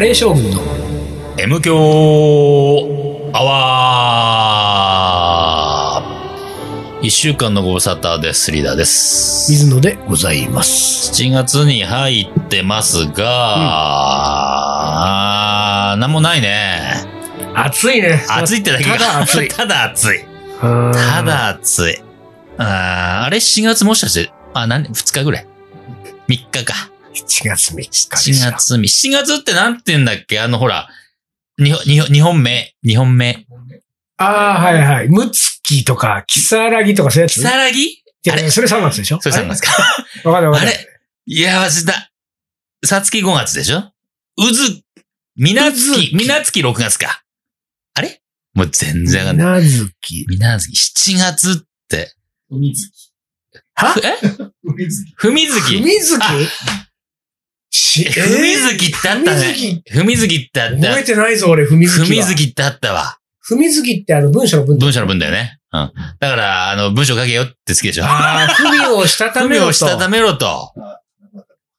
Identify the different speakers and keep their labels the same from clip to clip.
Speaker 1: レー将軍の
Speaker 2: M 強アワー一週間のご無沙汰です。リーダーです。
Speaker 1: 水野でございます。
Speaker 2: 7月に入ってますが、あーなんもないね。
Speaker 1: 暑いね。
Speaker 2: 暑いってだけが
Speaker 1: ただ暑い。
Speaker 2: ただ暑い。た
Speaker 1: た。
Speaker 2: だ暑い。あーあれ7月もしかして、あ、なん、2日ぐらい ?3 日か。
Speaker 1: 7月3日です
Speaker 2: 7
Speaker 1: よ。
Speaker 2: 月み、7月ってなんて言うんだっけあのほら、にほ、にほ、日本名、日本名。
Speaker 1: ああ、はいはい。ムツキとか、キサラギとかそういうやつ。
Speaker 2: キサラギ
Speaker 1: いや
Speaker 2: あれ
Speaker 1: それ3月でしょ
Speaker 2: それ3月か。
Speaker 1: あれわかんないわ
Speaker 2: あ
Speaker 1: かんない。
Speaker 2: れいや、忘れた。さつき5月でしょうず、みなつき、みなつき6月か。あれもう全然わかんない。
Speaker 1: なずき。
Speaker 2: みなつき、7月って。
Speaker 3: 海月。
Speaker 1: は
Speaker 2: え
Speaker 3: 海月。
Speaker 2: ふみず
Speaker 1: ふ
Speaker 2: き
Speaker 1: みずき
Speaker 2: あ
Speaker 1: し
Speaker 2: ふみずきってあった
Speaker 1: ふみず
Speaker 2: ね。
Speaker 1: き
Speaker 2: ふみずきってあっ
Speaker 1: 覚え
Speaker 2: た。
Speaker 1: てないぞ、俺、ふみず
Speaker 2: ふ
Speaker 1: き
Speaker 2: み
Speaker 1: は。
Speaker 2: ずきってあったわ。
Speaker 1: ふみずきってあの文章の文章。
Speaker 2: 文章の文だよね。うん。だから、あの、文章書けよって好きでしょ。
Speaker 1: ああ、ふみをしたた
Speaker 2: ふ
Speaker 1: め
Speaker 2: み
Speaker 1: ろと。
Speaker 2: をしたためろと。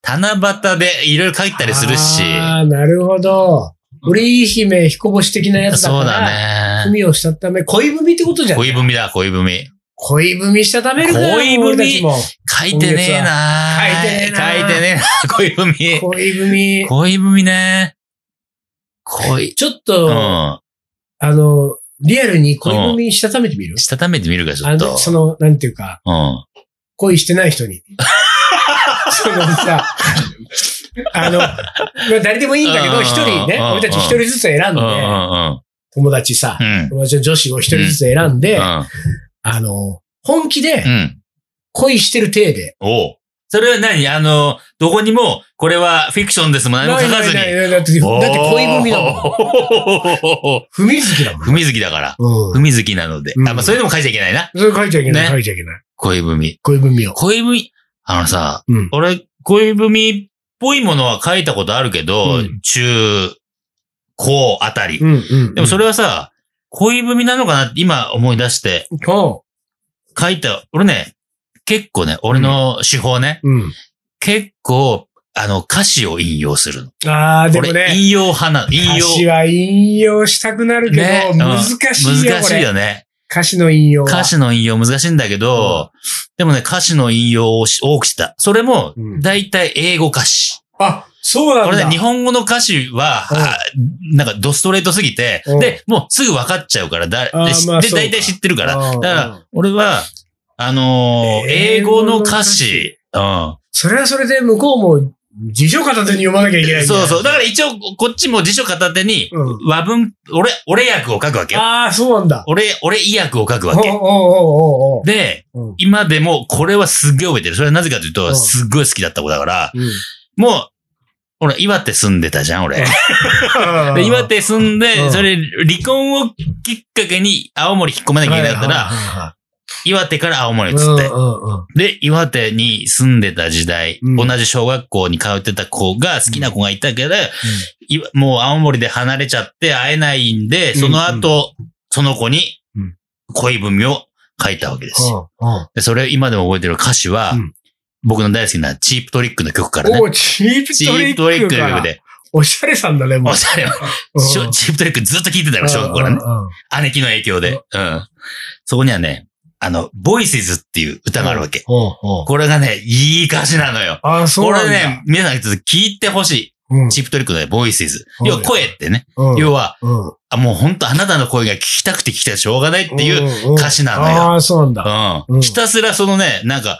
Speaker 2: 七夕でいろいろ書いたりするし。
Speaker 1: ああ、なるほど。織姫、彦星的なやつだから。
Speaker 2: そうだね。
Speaker 1: 文をしたため、恋文ってことじゃん。
Speaker 2: 恋文だ、恋文。
Speaker 1: 恋文したためるから
Speaker 2: 恋文
Speaker 1: 俺たちも
Speaker 2: 書いてねえな
Speaker 1: 今月は
Speaker 2: 書いてねえな書いてねえな恋文。
Speaker 1: 恋文。
Speaker 2: 恋文ね。恋。
Speaker 1: ちょっ
Speaker 2: う
Speaker 1: と、
Speaker 2: ん。
Speaker 1: あの、リアルに恋文したためてみる、
Speaker 2: したためてみるか、ちょ
Speaker 1: あ
Speaker 2: っ
Speaker 1: の、
Speaker 2: と。
Speaker 1: その、なんていうか、
Speaker 2: うん。
Speaker 1: 恋してない 人に。そのさ、あの、まあ誰でもいいんだけ
Speaker 2: うん
Speaker 1: ど、一人ね、
Speaker 2: うん
Speaker 1: 俺たち一人ずつ選ん
Speaker 2: うん
Speaker 1: で
Speaker 2: う、ん
Speaker 1: 友達さ
Speaker 2: う、ん。
Speaker 1: 友達の女子を一人ずつ選ん
Speaker 2: う
Speaker 1: で、
Speaker 2: ん。
Speaker 1: あの、本気で
Speaker 2: うん。
Speaker 1: 恋してる体で。
Speaker 2: おうそれは何あの、どこにも、これはフィクションですもん何も書かずに
Speaker 1: ない。ないないだって、だって恋文だもん。
Speaker 2: もん。
Speaker 1: 踏み好きだもん。
Speaker 2: ふみずきだから。
Speaker 1: う
Speaker 2: ふ
Speaker 1: ん。
Speaker 2: みずきなので。
Speaker 1: うん
Speaker 2: あ、まあ、それでも書いちゃいけないな。
Speaker 1: それ書いちゃいけない、
Speaker 2: ね
Speaker 1: 書いちゃいけない。
Speaker 2: 恋文。
Speaker 1: 恋文を。
Speaker 2: 恋文、あのさ、
Speaker 1: うん
Speaker 2: 俺、恋文っぽいものは書いたことあるけど、
Speaker 1: うん
Speaker 2: 中、高あたり。
Speaker 1: うんうん。
Speaker 2: でもそ
Speaker 1: れ、
Speaker 2: れはさ、恋文なのかなって今思い出して
Speaker 1: こ
Speaker 2: 書いた、俺ね、結構ね、俺の手法ね、
Speaker 1: う。うん。
Speaker 2: 結構、あの、歌詞を引用するの。
Speaker 1: ああ、でも
Speaker 2: 俺、
Speaker 1: ね、
Speaker 2: 引用派なの。引用
Speaker 1: 歌。詞は引用したくなるけど、
Speaker 2: うん
Speaker 1: 難しいよ、
Speaker 2: 難
Speaker 1: こ
Speaker 2: しい
Speaker 1: れ。
Speaker 2: よね。
Speaker 1: 歌詞の引用は。
Speaker 2: 歌詞の引用難しいんだけど、でもね、歌詞の引用をし多くした。それも
Speaker 1: うん、
Speaker 2: だいたい英語歌詞。
Speaker 1: あ、そうなん
Speaker 2: これ
Speaker 1: だ。
Speaker 2: ね、日本語の歌詞は、
Speaker 1: うん
Speaker 2: あなんかドストレートすぎて
Speaker 1: うん、
Speaker 2: で、もうすぐ分かっちゃうから、だ、で、
Speaker 1: あーまあ
Speaker 2: で
Speaker 1: そうか
Speaker 2: 大体知ってるから。
Speaker 1: うん
Speaker 2: だから
Speaker 1: うん、
Speaker 2: 俺は、あのー英
Speaker 1: 英
Speaker 2: 語
Speaker 1: 語
Speaker 2: の
Speaker 1: の
Speaker 2: 歌
Speaker 1: 歌
Speaker 2: 詞
Speaker 1: 詞、
Speaker 2: うん。
Speaker 1: それはそれで向こうも辞書片手に読まなきゃいけないんだよ
Speaker 2: そうそう。だから一応、こっちも辞書片手に
Speaker 1: うん、
Speaker 2: 和文、俺、俺訳を書くわけよ。
Speaker 1: ああ、そうなんだ。
Speaker 2: 俺、俺意訳を書く
Speaker 1: お
Speaker 2: わ
Speaker 1: うおう
Speaker 2: け。
Speaker 1: おうおうおう
Speaker 2: で、
Speaker 1: うん
Speaker 2: 今でもこれはすっげえ覚えてる。それはなぜかという
Speaker 1: う
Speaker 2: と、
Speaker 1: ん
Speaker 2: すっごい好きだった子だから、
Speaker 1: うん
Speaker 2: もう、俺、岩手住んでたじゃん、俺。
Speaker 1: あー
Speaker 2: で、岩手住ん
Speaker 1: う
Speaker 2: で、
Speaker 1: ん
Speaker 2: それ、離婚をきっかけに青森引っ込めなきゃいけなかった
Speaker 1: は
Speaker 2: ら、
Speaker 1: い
Speaker 2: 岩手から青森っつ
Speaker 1: はいはい
Speaker 2: っ
Speaker 1: はい
Speaker 2: て。で、岩手に住んでた時代、
Speaker 1: うん
Speaker 2: 同じ小学校に通ってた子が、好きな子がいたけど、いもう青森で離れちゃって会えないんで、その後、その子に
Speaker 1: うん
Speaker 2: 恋文を書いたわけですよ。
Speaker 1: うんうんうん
Speaker 2: でそれ、今でも覚えてる歌詞は
Speaker 1: うん、
Speaker 2: 僕の大好きなチープトリックの曲から
Speaker 1: お
Speaker 2: ね。
Speaker 1: うチープ
Speaker 2: チ
Speaker 1: トリ
Speaker 2: ー
Speaker 1: ッ
Speaker 2: プトリッ
Speaker 1: ク
Speaker 2: クの
Speaker 1: か
Speaker 2: 曲。で、
Speaker 1: おしゃれさんだね、もう
Speaker 2: お。しゃれをしょチープトリックずっと聴いてたから、小学校からね。姉貴の影響で。うん。そこにはね、あの、ボイスズっていう歌があるわけ。これがね、いい歌詞なのよ。
Speaker 1: ああ、そ
Speaker 2: こ
Speaker 1: うな
Speaker 2: れ
Speaker 1: んだ。
Speaker 2: ね、皆さんちょっと聞いてほし
Speaker 1: うん
Speaker 2: い。チップトリックのね、ボイスズ。
Speaker 1: はい
Speaker 2: 要は声ってね。
Speaker 1: うん
Speaker 2: 要は、
Speaker 1: うん
Speaker 2: あもう本当あなたの声が聞きたくて聞きたくてしょうがないっていう。
Speaker 1: う
Speaker 2: 歌詞なのよ
Speaker 1: ああ、そうなんだ。
Speaker 2: う。
Speaker 1: うんん
Speaker 2: ひたすらそのね、なんか、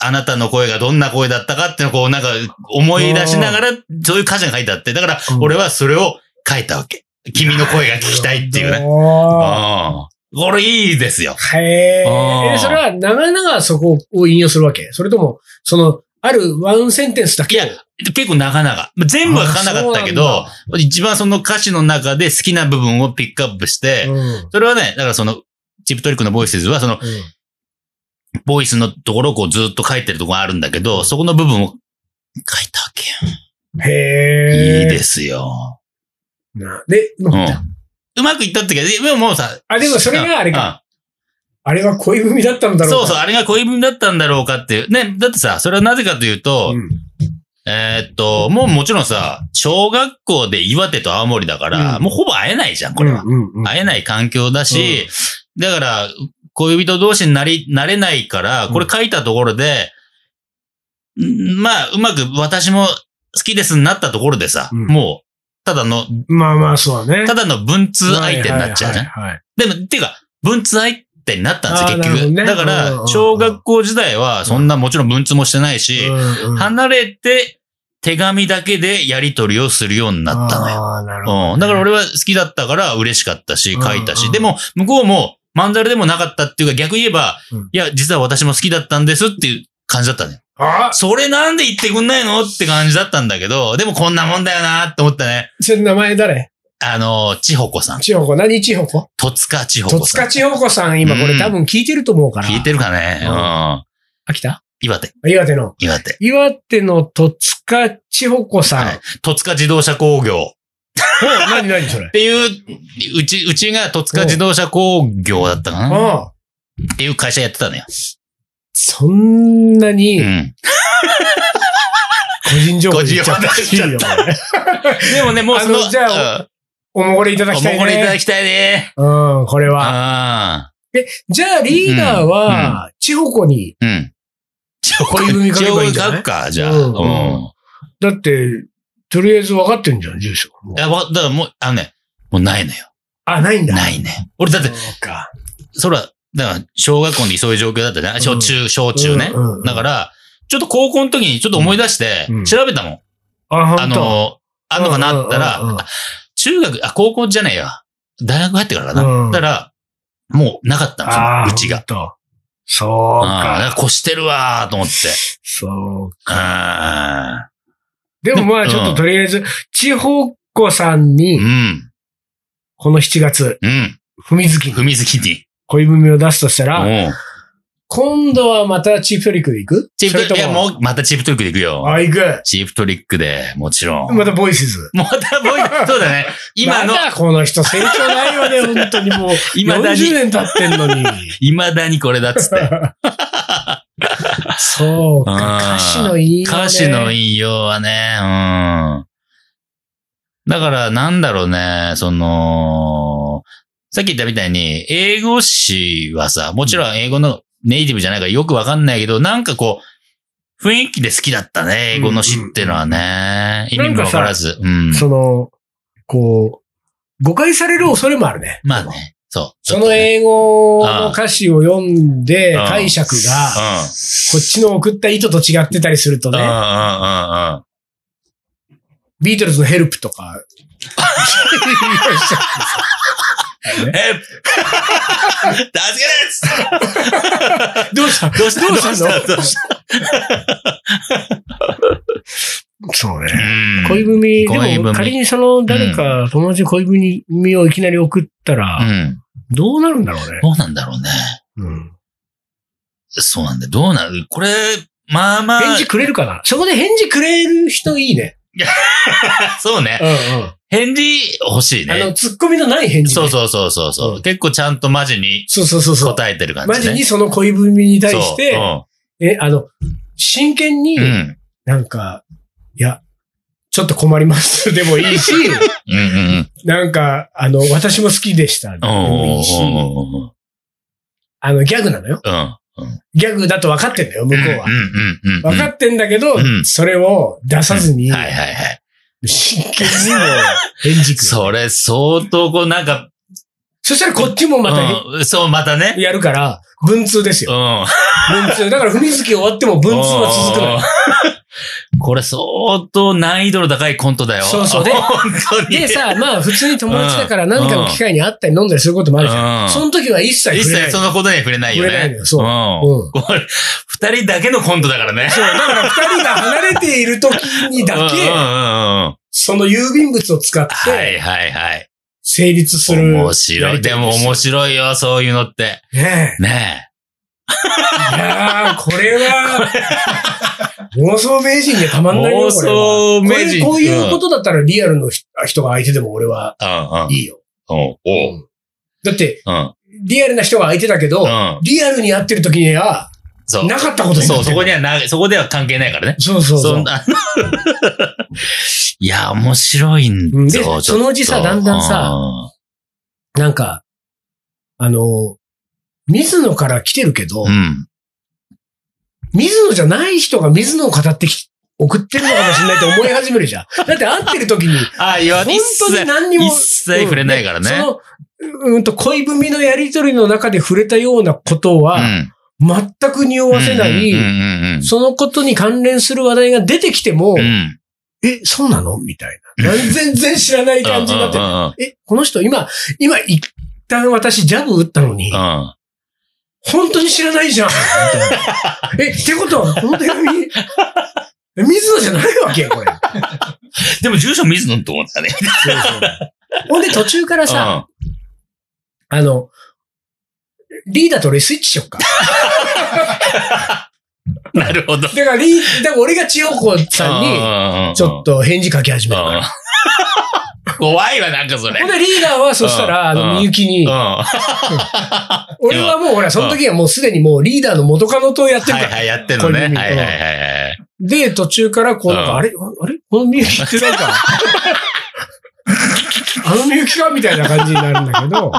Speaker 2: あなたの声がどんな声だったかっていうのをこうなんか思い出しながら、そういう歌詞が書いてあって。だから
Speaker 1: う、ん
Speaker 2: 俺はそれを書いたわけ。君の声が聞きたいっていうね。
Speaker 1: あ
Speaker 2: うん。これいいですよ。
Speaker 1: あへえ。
Speaker 2: あー
Speaker 1: えそれは、長々そこを引用するわけそれとも、その、あるワンセンテンスだ
Speaker 2: い
Speaker 1: けを
Speaker 2: や、結構長々。全部は書かなかったけど、
Speaker 1: あ
Speaker 2: 一番その歌詞の中で好きな部分をピックアップして、
Speaker 1: そうなんだ
Speaker 2: それはね、だからその、チップトリックのボイスズは、その、
Speaker 1: うんうん
Speaker 2: ボイスのところをこうずっと書いてるところがあるんだけど、そこの部分を書いたわけよ。
Speaker 1: へえ。
Speaker 2: いいですよ。
Speaker 1: なで、
Speaker 2: う
Speaker 1: 乗
Speaker 2: ん
Speaker 1: った。。
Speaker 2: うまくいったってけど、でももうさ、
Speaker 1: あ、でもそれがあれか。あれは恋文だったの
Speaker 2: う
Speaker 1: だ
Speaker 2: ん。
Speaker 1: ろ
Speaker 2: そううそう、
Speaker 1: か。
Speaker 2: あれが恋文だったんだろうかっていう。ね、だってさ、それはなぜかというと、
Speaker 1: うん
Speaker 2: えーっと、もうもちろんさ、小学校で岩手と青森だから、
Speaker 1: うん
Speaker 2: もうほぼ会えないじゃん、こ
Speaker 1: う
Speaker 2: れ
Speaker 1: ん
Speaker 2: は。
Speaker 1: うんうん。
Speaker 2: 会えない環境だし、だから、恋人同士になり、なれないから、これ書いたところで、んまあ、うまく私も好きですになったところでさ、
Speaker 1: うん
Speaker 2: もう、ただの、
Speaker 1: まあまあ、そうだね。
Speaker 2: ただの文通相手になっちゃうじゃ
Speaker 1: はい
Speaker 2: ん。
Speaker 1: はいはいはい。
Speaker 2: でも、てか、文通相手になったんです
Speaker 1: あー
Speaker 2: よ、結局。
Speaker 1: なる
Speaker 2: だ
Speaker 1: ほど
Speaker 2: か
Speaker 1: ねうんうんう
Speaker 2: ら、
Speaker 1: ん
Speaker 2: 小学校時代は、そんなもちろん文通もしてないし、
Speaker 1: うんうん
Speaker 2: 離れて、手紙だけでやり取りをするようになったのよ。
Speaker 1: ああ、なるほどね。
Speaker 2: うん。だから俺は好きだったから嬉しかったし、
Speaker 1: うん
Speaker 2: 書いた
Speaker 1: う
Speaker 2: し。
Speaker 1: ん
Speaker 2: でも、向こうも、まんざらでもなかったっていうか、逆言えば
Speaker 1: うん、
Speaker 2: いや、実は私も好きだったんですっていう感じだったのよ。
Speaker 1: あ
Speaker 2: それなんで言ってくんないのって感じだったんだけど、でもこんなもんだよなって思ったね。
Speaker 1: それ名前誰
Speaker 2: あの、ちほこさん。
Speaker 1: 千穂子。何千穂子
Speaker 2: とつかちほ
Speaker 1: 戸
Speaker 2: こさ
Speaker 1: 塚
Speaker 2: ん。
Speaker 1: 千穂子さん、今こ
Speaker 2: う
Speaker 1: れ
Speaker 2: ん
Speaker 1: 多分聞いてると思うから。
Speaker 2: 聞いてるかね
Speaker 1: うん
Speaker 2: うん。
Speaker 1: 秋田
Speaker 2: 岩手、
Speaker 1: 岩手の。
Speaker 2: 岩手。
Speaker 1: 岩手の戸塚千穂子さん。
Speaker 2: はい戸塚自動車工業。
Speaker 1: お何何それ
Speaker 2: っ。ていう、うち、うちが戸塚自動車工業だったかなっ
Speaker 1: ああ。
Speaker 2: ていう会社やってたのよ。
Speaker 1: そんな
Speaker 2: う
Speaker 1: に
Speaker 2: ん。
Speaker 1: 個人情報言っちゃった
Speaker 2: 個人情報出しちゃ
Speaker 1: いいよこれ
Speaker 2: でもね、もうそ
Speaker 1: あ
Speaker 2: の、
Speaker 1: のじゃ
Speaker 2: あ、
Speaker 1: おもごれいただ
Speaker 2: お
Speaker 1: きたいね。
Speaker 2: もれいただきたいね。
Speaker 1: うん、これは。
Speaker 2: あ
Speaker 1: じゃあリーダーは、千穂子に、
Speaker 2: あ。うん。
Speaker 1: 恋文書けばいいんじゃない
Speaker 2: 書くか、じゃあ。
Speaker 1: うん
Speaker 2: うん。
Speaker 1: だって、とりあえず分かってんじゃん、住所。
Speaker 2: いや、わだからもう、あのね、もうないのよ。
Speaker 1: あ、ないんだ。
Speaker 2: ないね。俺だって、
Speaker 1: そうか。
Speaker 2: そら、だから、小学校の時そういう状況だったじゃん。小中、小中ね
Speaker 1: うんうんうん。
Speaker 2: だから、ちょっと高校の時にちょっと思い出して
Speaker 1: うん、
Speaker 2: 調べたもん。
Speaker 1: あ、ほ
Speaker 2: あ
Speaker 1: んと。
Speaker 2: の、あんのかなったら
Speaker 1: うんうんうんうん、
Speaker 2: 中学、あ、高校じゃねえや。大学入ってからだな。
Speaker 1: うん
Speaker 2: だから、もうなかったの、そ
Speaker 1: あ
Speaker 2: の
Speaker 1: ー
Speaker 2: うち
Speaker 1: ほ
Speaker 2: が
Speaker 1: ん。とそう
Speaker 2: うんだから
Speaker 1: か。
Speaker 2: 越してるわーと 思って。
Speaker 1: そう
Speaker 2: あ
Speaker 1: でもま
Speaker 2: う
Speaker 1: あ
Speaker 2: ん
Speaker 1: ちょっととりあえず、千穂子さん
Speaker 2: う
Speaker 1: に、
Speaker 2: ん。
Speaker 1: この7月、
Speaker 2: うん。
Speaker 1: 文月に
Speaker 2: 踏み好きに。
Speaker 1: 恋文を出すとしたら、
Speaker 2: うん
Speaker 1: 今度はまたチープトリックで行く
Speaker 2: チープトリッ
Speaker 1: そ
Speaker 2: ク、
Speaker 1: れ
Speaker 2: いや、
Speaker 1: と
Speaker 2: もう、またチープトリックで行くよ。
Speaker 1: あ、行く。
Speaker 2: チープトリックで、 もちろん。
Speaker 1: またボイスズ。
Speaker 2: またもう、そうだね。今の
Speaker 1: ま、だこの人成長ないよね、本当に もう。
Speaker 2: 未だに
Speaker 1: 40年経ってんのに。
Speaker 2: 未だにこれだっつって。
Speaker 1: そう
Speaker 2: うん
Speaker 1: か、歌詞のいいよね。
Speaker 2: 歌詞の
Speaker 1: い。
Speaker 2: 引用はね、うん。だから、なんだろうね、その、さっき言ったみたいに、英語詞はさ、もちろん英語のネイティブじゃないからよくわかんないけど、なんかこう、雰囲気で好きだったね、英語の詞ってのはね。
Speaker 1: うん
Speaker 2: 意味もわからず。うん。
Speaker 1: その、こう、誤解される恐れもあるね。
Speaker 2: まあ。ね、そう。
Speaker 1: その英語の歌詞を読んで解釈が、こっちの送った意図と違ってたりすると
Speaker 2: うん。うん、うん、
Speaker 1: ね、
Speaker 2: うん、うん。
Speaker 1: ビートルズのヘルプと か、
Speaker 2: え 助けです
Speaker 1: どうした
Speaker 2: どうした
Speaker 1: どうしたの
Speaker 2: どうした
Speaker 1: そう
Speaker 2: う
Speaker 1: ね。
Speaker 2: ん
Speaker 1: 恋文、
Speaker 2: 恋
Speaker 1: でも
Speaker 2: 文
Speaker 1: 仮にその誰か友達に恋文をいきなり送った
Speaker 2: う
Speaker 1: ら、
Speaker 2: ん。
Speaker 1: どうなるんだろうね。
Speaker 2: どうなんだろうね。
Speaker 1: うん。
Speaker 2: そうなんだよ。どうなるこれ、まあまあ。
Speaker 1: 返事くれるかなそこで返事くれる人いいね。
Speaker 2: そうね。
Speaker 1: うんうん。
Speaker 2: 返事欲しい
Speaker 1: あの、
Speaker 2: ね。
Speaker 1: ツッコミのない返事ね。
Speaker 2: そうそうそうそうそう、
Speaker 1: うん
Speaker 2: 結構ちゃんとマジに
Speaker 1: そうそうそうそう。
Speaker 2: 答えてる感
Speaker 1: マ
Speaker 2: じね。
Speaker 1: ジにその恋文に対して、
Speaker 2: そ
Speaker 1: え、あの、真剣に
Speaker 2: う。う、ん。
Speaker 1: なんか、いや、ちょっと困ります でもい いし、
Speaker 2: うんうん
Speaker 1: なんか、あの、私も好きでしたで
Speaker 2: うん。お
Speaker 1: もいいし、
Speaker 2: ー
Speaker 1: あの、ギャグなのよ。
Speaker 2: うん。
Speaker 1: ギャグだと分かってんだよ、向こうは
Speaker 2: うん。うんうんうん。
Speaker 1: 分かってんだけど、
Speaker 2: うん
Speaker 1: それを出さずに、
Speaker 2: はいはいはい。
Speaker 1: 真剣にも返事くる。
Speaker 2: それ相当こうなんか、
Speaker 1: そしたらこっちもまた
Speaker 2: うん、そう、またね。
Speaker 1: やるから、文通です
Speaker 2: う
Speaker 1: よ。
Speaker 2: ん。
Speaker 1: 文通。だから、踏み付き終わっても文通は続くのよ。
Speaker 2: うんこれ相当難易度の高いコントだよ。
Speaker 1: そうそうで
Speaker 2: 本当に。
Speaker 1: でさ、まあ普通に友達だから何かの機会に会ったり飲んだりすることもあるじゃん。
Speaker 2: うん
Speaker 1: その時は一切触れ
Speaker 2: 一
Speaker 1: ない。
Speaker 2: 切そのことには触れないよね。
Speaker 1: 触れないのよそう
Speaker 2: うん
Speaker 1: うん
Speaker 2: これ、二人だけのコントだからね。
Speaker 1: そう、だから二人が離れている時にだ
Speaker 2: うんうん
Speaker 1: け、
Speaker 2: うんうん
Speaker 1: その郵便物を使っ
Speaker 2: は
Speaker 1: て
Speaker 2: いはいはい。
Speaker 1: 成立する。
Speaker 2: 面白い。でも面白いよ、そういうのって。
Speaker 1: い。ね
Speaker 2: ね
Speaker 1: え。いやー、これは、妄想名人にはたまんないよ、
Speaker 2: 妄想名人
Speaker 1: これはこれこういうことだったらリアルの人人が相手でも俺は
Speaker 2: え。うんうん
Speaker 1: いいよ。
Speaker 2: おうおう
Speaker 1: だって、
Speaker 2: うん
Speaker 1: リアルな人が相手だけど、
Speaker 2: うん
Speaker 1: リアルに会ってる時には、
Speaker 2: そう。
Speaker 1: なかったことにな
Speaker 2: そ
Speaker 1: っ
Speaker 2: う、
Speaker 1: て
Speaker 2: そ
Speaker 1: る
Speaker 2: こにはな、そこでは関係ないからね。
Speaker 1: そうそうそ
Speaker 2: そん
Speaker 1: う。
Speaker 2: な。いや、面白いん
Speaker 1: うん
Speaker 2: だ
Speaker 1: で
Speaker 2: よ。
Speaker 1: そのうちさだんだんさなんか、あの、水野から来てるけど、
Speaker 2: うん、うん。
Speaker 1: 水野じゃない人が水野を語ってき、送ってるのかもしれないって思い始める じゃん。だって会ってる時に、
Speaker 2: ああ、言わ
Speaker 1: 本
Speaker 2: 一
Speaker 1: 当に
Speaker 2: 切、
Speaker 1: 何にも。
Speaker 2: 一切触れないから
Speaker 1: うん
Speaker 2: ね。
Speaker 1: でその、うんと、恋文のやりとりの中で触れたようなこと
Speaker 2: う
Speaker 1: は、
Speaker 2: ん。
Speaker 1: 全く匂わせな
Speaker 2: うんうん
Speaker 1: い、
Speaker 2: うん
Speaker 1: そのことに関連する話題が出てきても
Speaker 2: うん。う、ん。
Speaker 1: え、そうなのみたいな。全然知らない感じになって
Speaker 2: う、んうんうん
Speaker 1: え、この人今、今一旦私ジャブ打ったのに、
Speaker 2: うん。
Speaker 1: 本当に知らない じゃんみたいなえ、ってことは、この手紙、え水野じゃないわけよ、これ。
Speaker 2: でも住所水野って思ったね。
Speaker 1: ほんで途中からさ、あの、リーダーと俺スイッチしよっか。
Speaker 2: うんなるほ ど。
Speaker 1: だからリー、だから俺が千代子さんに、
Speaker 2: に
Speaker 1: ちょっと返事書き始めるから。
Speaker 2: うん 怖いわ、なんかそれ。
Speaker 1: ほんでリーダーはそしたら、あ
Speaker 2: うん
Speaker 1: の、みゆきに
Speaker 2: うん。、は
Speaker 1: 俺はもうほら、その時はもうすでにもうリーダーの元カノとやって
Speaker 2: い
Speaker 1: るから。
Speaker 2: はい、やってんのね。は
Speaker 1: 恋
Speaker 2: い
Speaker 1: 人
Speaker 2: はいはいはい。
Speaker 1: で、途中からこう、なん
Speaker 2: う
Speaker 1: か
Speaker 2: ん
Speaker 1: あれあれこのみゆきってなんか、あのみゆきかみたいな感じになるんだけど。